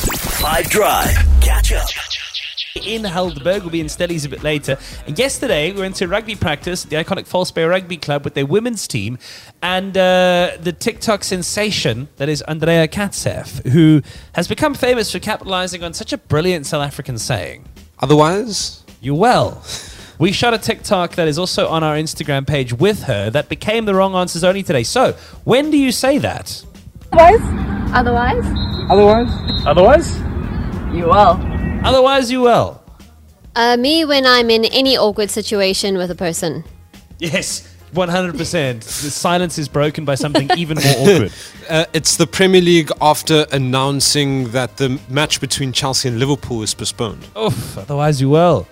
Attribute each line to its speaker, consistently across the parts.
Speaker 1: Five Drive. Catch up.
Speaker 2: in Heidelberg. We'll be in Stellies a bit later. And yesterday, we went to rugby practice at the iconic False Bay Rugby Club with their women's team and uh, the TikTok sensation that is Andrea Katsev, who has become famous for capitalizing on such a brilliant South African saying.
Speaker 3: Otherwise,
Speaker 2: You well. We shot a TikTok that is also on our Instagram page with her that became the wrong answers only today. So, when do you say that?
Speaker 4: Otherwise,
Speaker 2: Otherwise, you well.
Speaker 4: uh, me when I'm in any awkward situation with a person.
Speaker 2: Yes, 100%. the silence is broken by something even more awkward.
Speaker 3: uh, it's the Premier League after announcing that the match between Chelsea and Liverpool is postponed.
Speaker 2: Oof, otherwise, you will.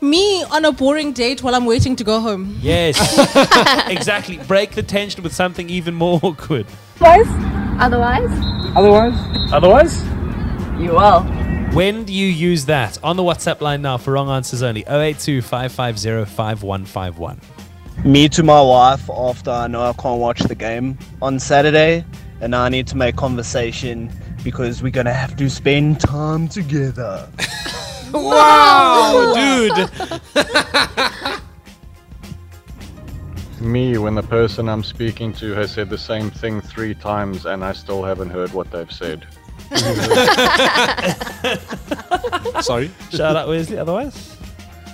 Speaker 5: Me on a boring date while I'm waiting to go home.
Speaker 2: Yes. exactly. Break the tension with something even more awkward.
Speaker 4: Otherwise,
Speaker 2: When do you use that? On the WhatsApp line now for wrong answers only 082 550 5151.
Speaker 6: Me to my wife after I know I can't watch the game on Saturday, and I need to make conversation because we're gonna have to spend time together.
Speaker 3: Wow, dude!
Speaker 7: Me, when the person I'm speaking to has said the same thing three times and I still haven't heard what they've said.
Speaker 3: Sorry.
Speaker 2: Shout out, Wesley, otherwise.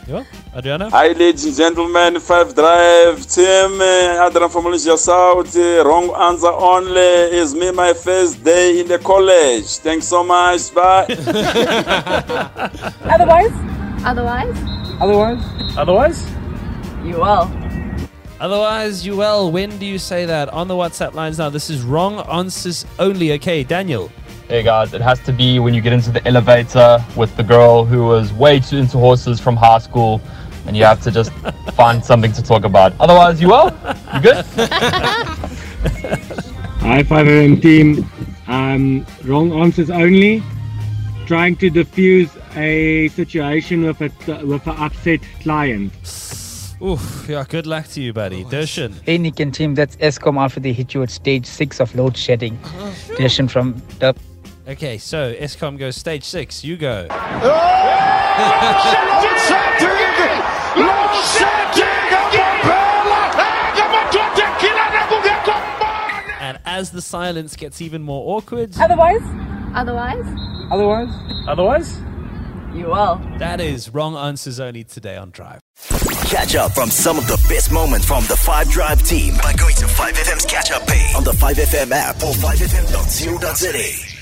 Speaker 2: You are? Adriana?
Speaker 8: Hi, ladies and gentlemen, Five Drive team, uh, Adrian from Malaysia South. uh, Wrong answer only is me, my first day in the college. Thanks so much. Bye.
Speaker 4: otherwise,
Speaker 2: Otherwise, you will. When do you say that? On the WhatsApp lines now. This is wrong answers only. Okay, Daniel.
Speaker 9: Hey guys, it has to be when you get into the elevator with the girl who was way too into horses from high school, and you have to just find something to talk about. Otherwise, you well, you good?
Speaker 10: Hi, 5am team. Um, wrong answers only. Trying to diffuse a situation with a with an upset client.
Speaker 2: Oof, yeah, good luck to you, buddy. Dershin.
Speaker 9: Hey Nick and team, that's Escom after they hit you at stage six of load shedding. Decision from the
Speaker 2: Okay, so Escom goes stage six. You go. And as the silence gets even more awkward,
Speaker 4: otherwise,
Speaker 2: that is wrong answers only today on Drive.
Speaker 1: Catch up from some of the best moments from the Five Drive team by going to 5FM's catch up page on the 5FM app or 5FM.co.za.